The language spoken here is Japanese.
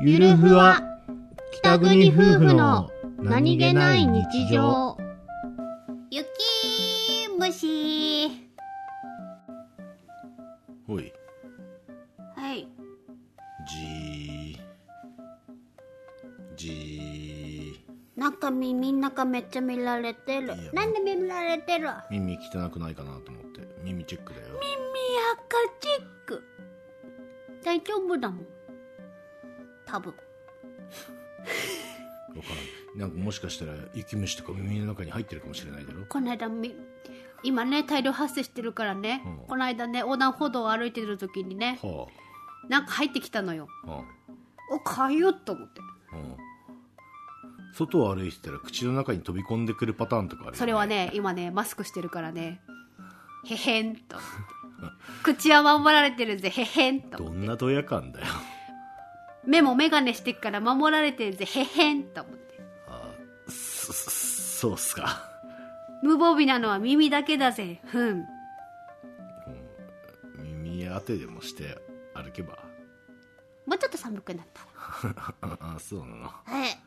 ゆるふわ北国夫婦の何気ない日常雪虫おいはいじーじーなんか耳の中めっちゃ見られてるいやなんで見られてる耳赤耳汚くないかなと思って耳チェックだよチェック大丈夫だもん多分わからんなんかもしかしたら雪虫とか耳の中に入ってるかもしれないだろこの間み今ね大量発生してるからね、うんこの間ね横断歩道を歩いてる時にねはなんか入ってきたのよあ、はおかゆっと思ってあ、はあ、外を歩いてたら口の中に飛び込んでくるパターンとかあるよ、ね、それはね今ねマスクしてるからねへへんと口は守られてるぜへへんとどんなドヤ感だよ目も眼鏡してっから守られてるぜへへんと思ってああそそそうっすか無防備なのは耳だけだぜふん耳当てでもして歩けばもうちょっと寒くなった ああそうなのらはい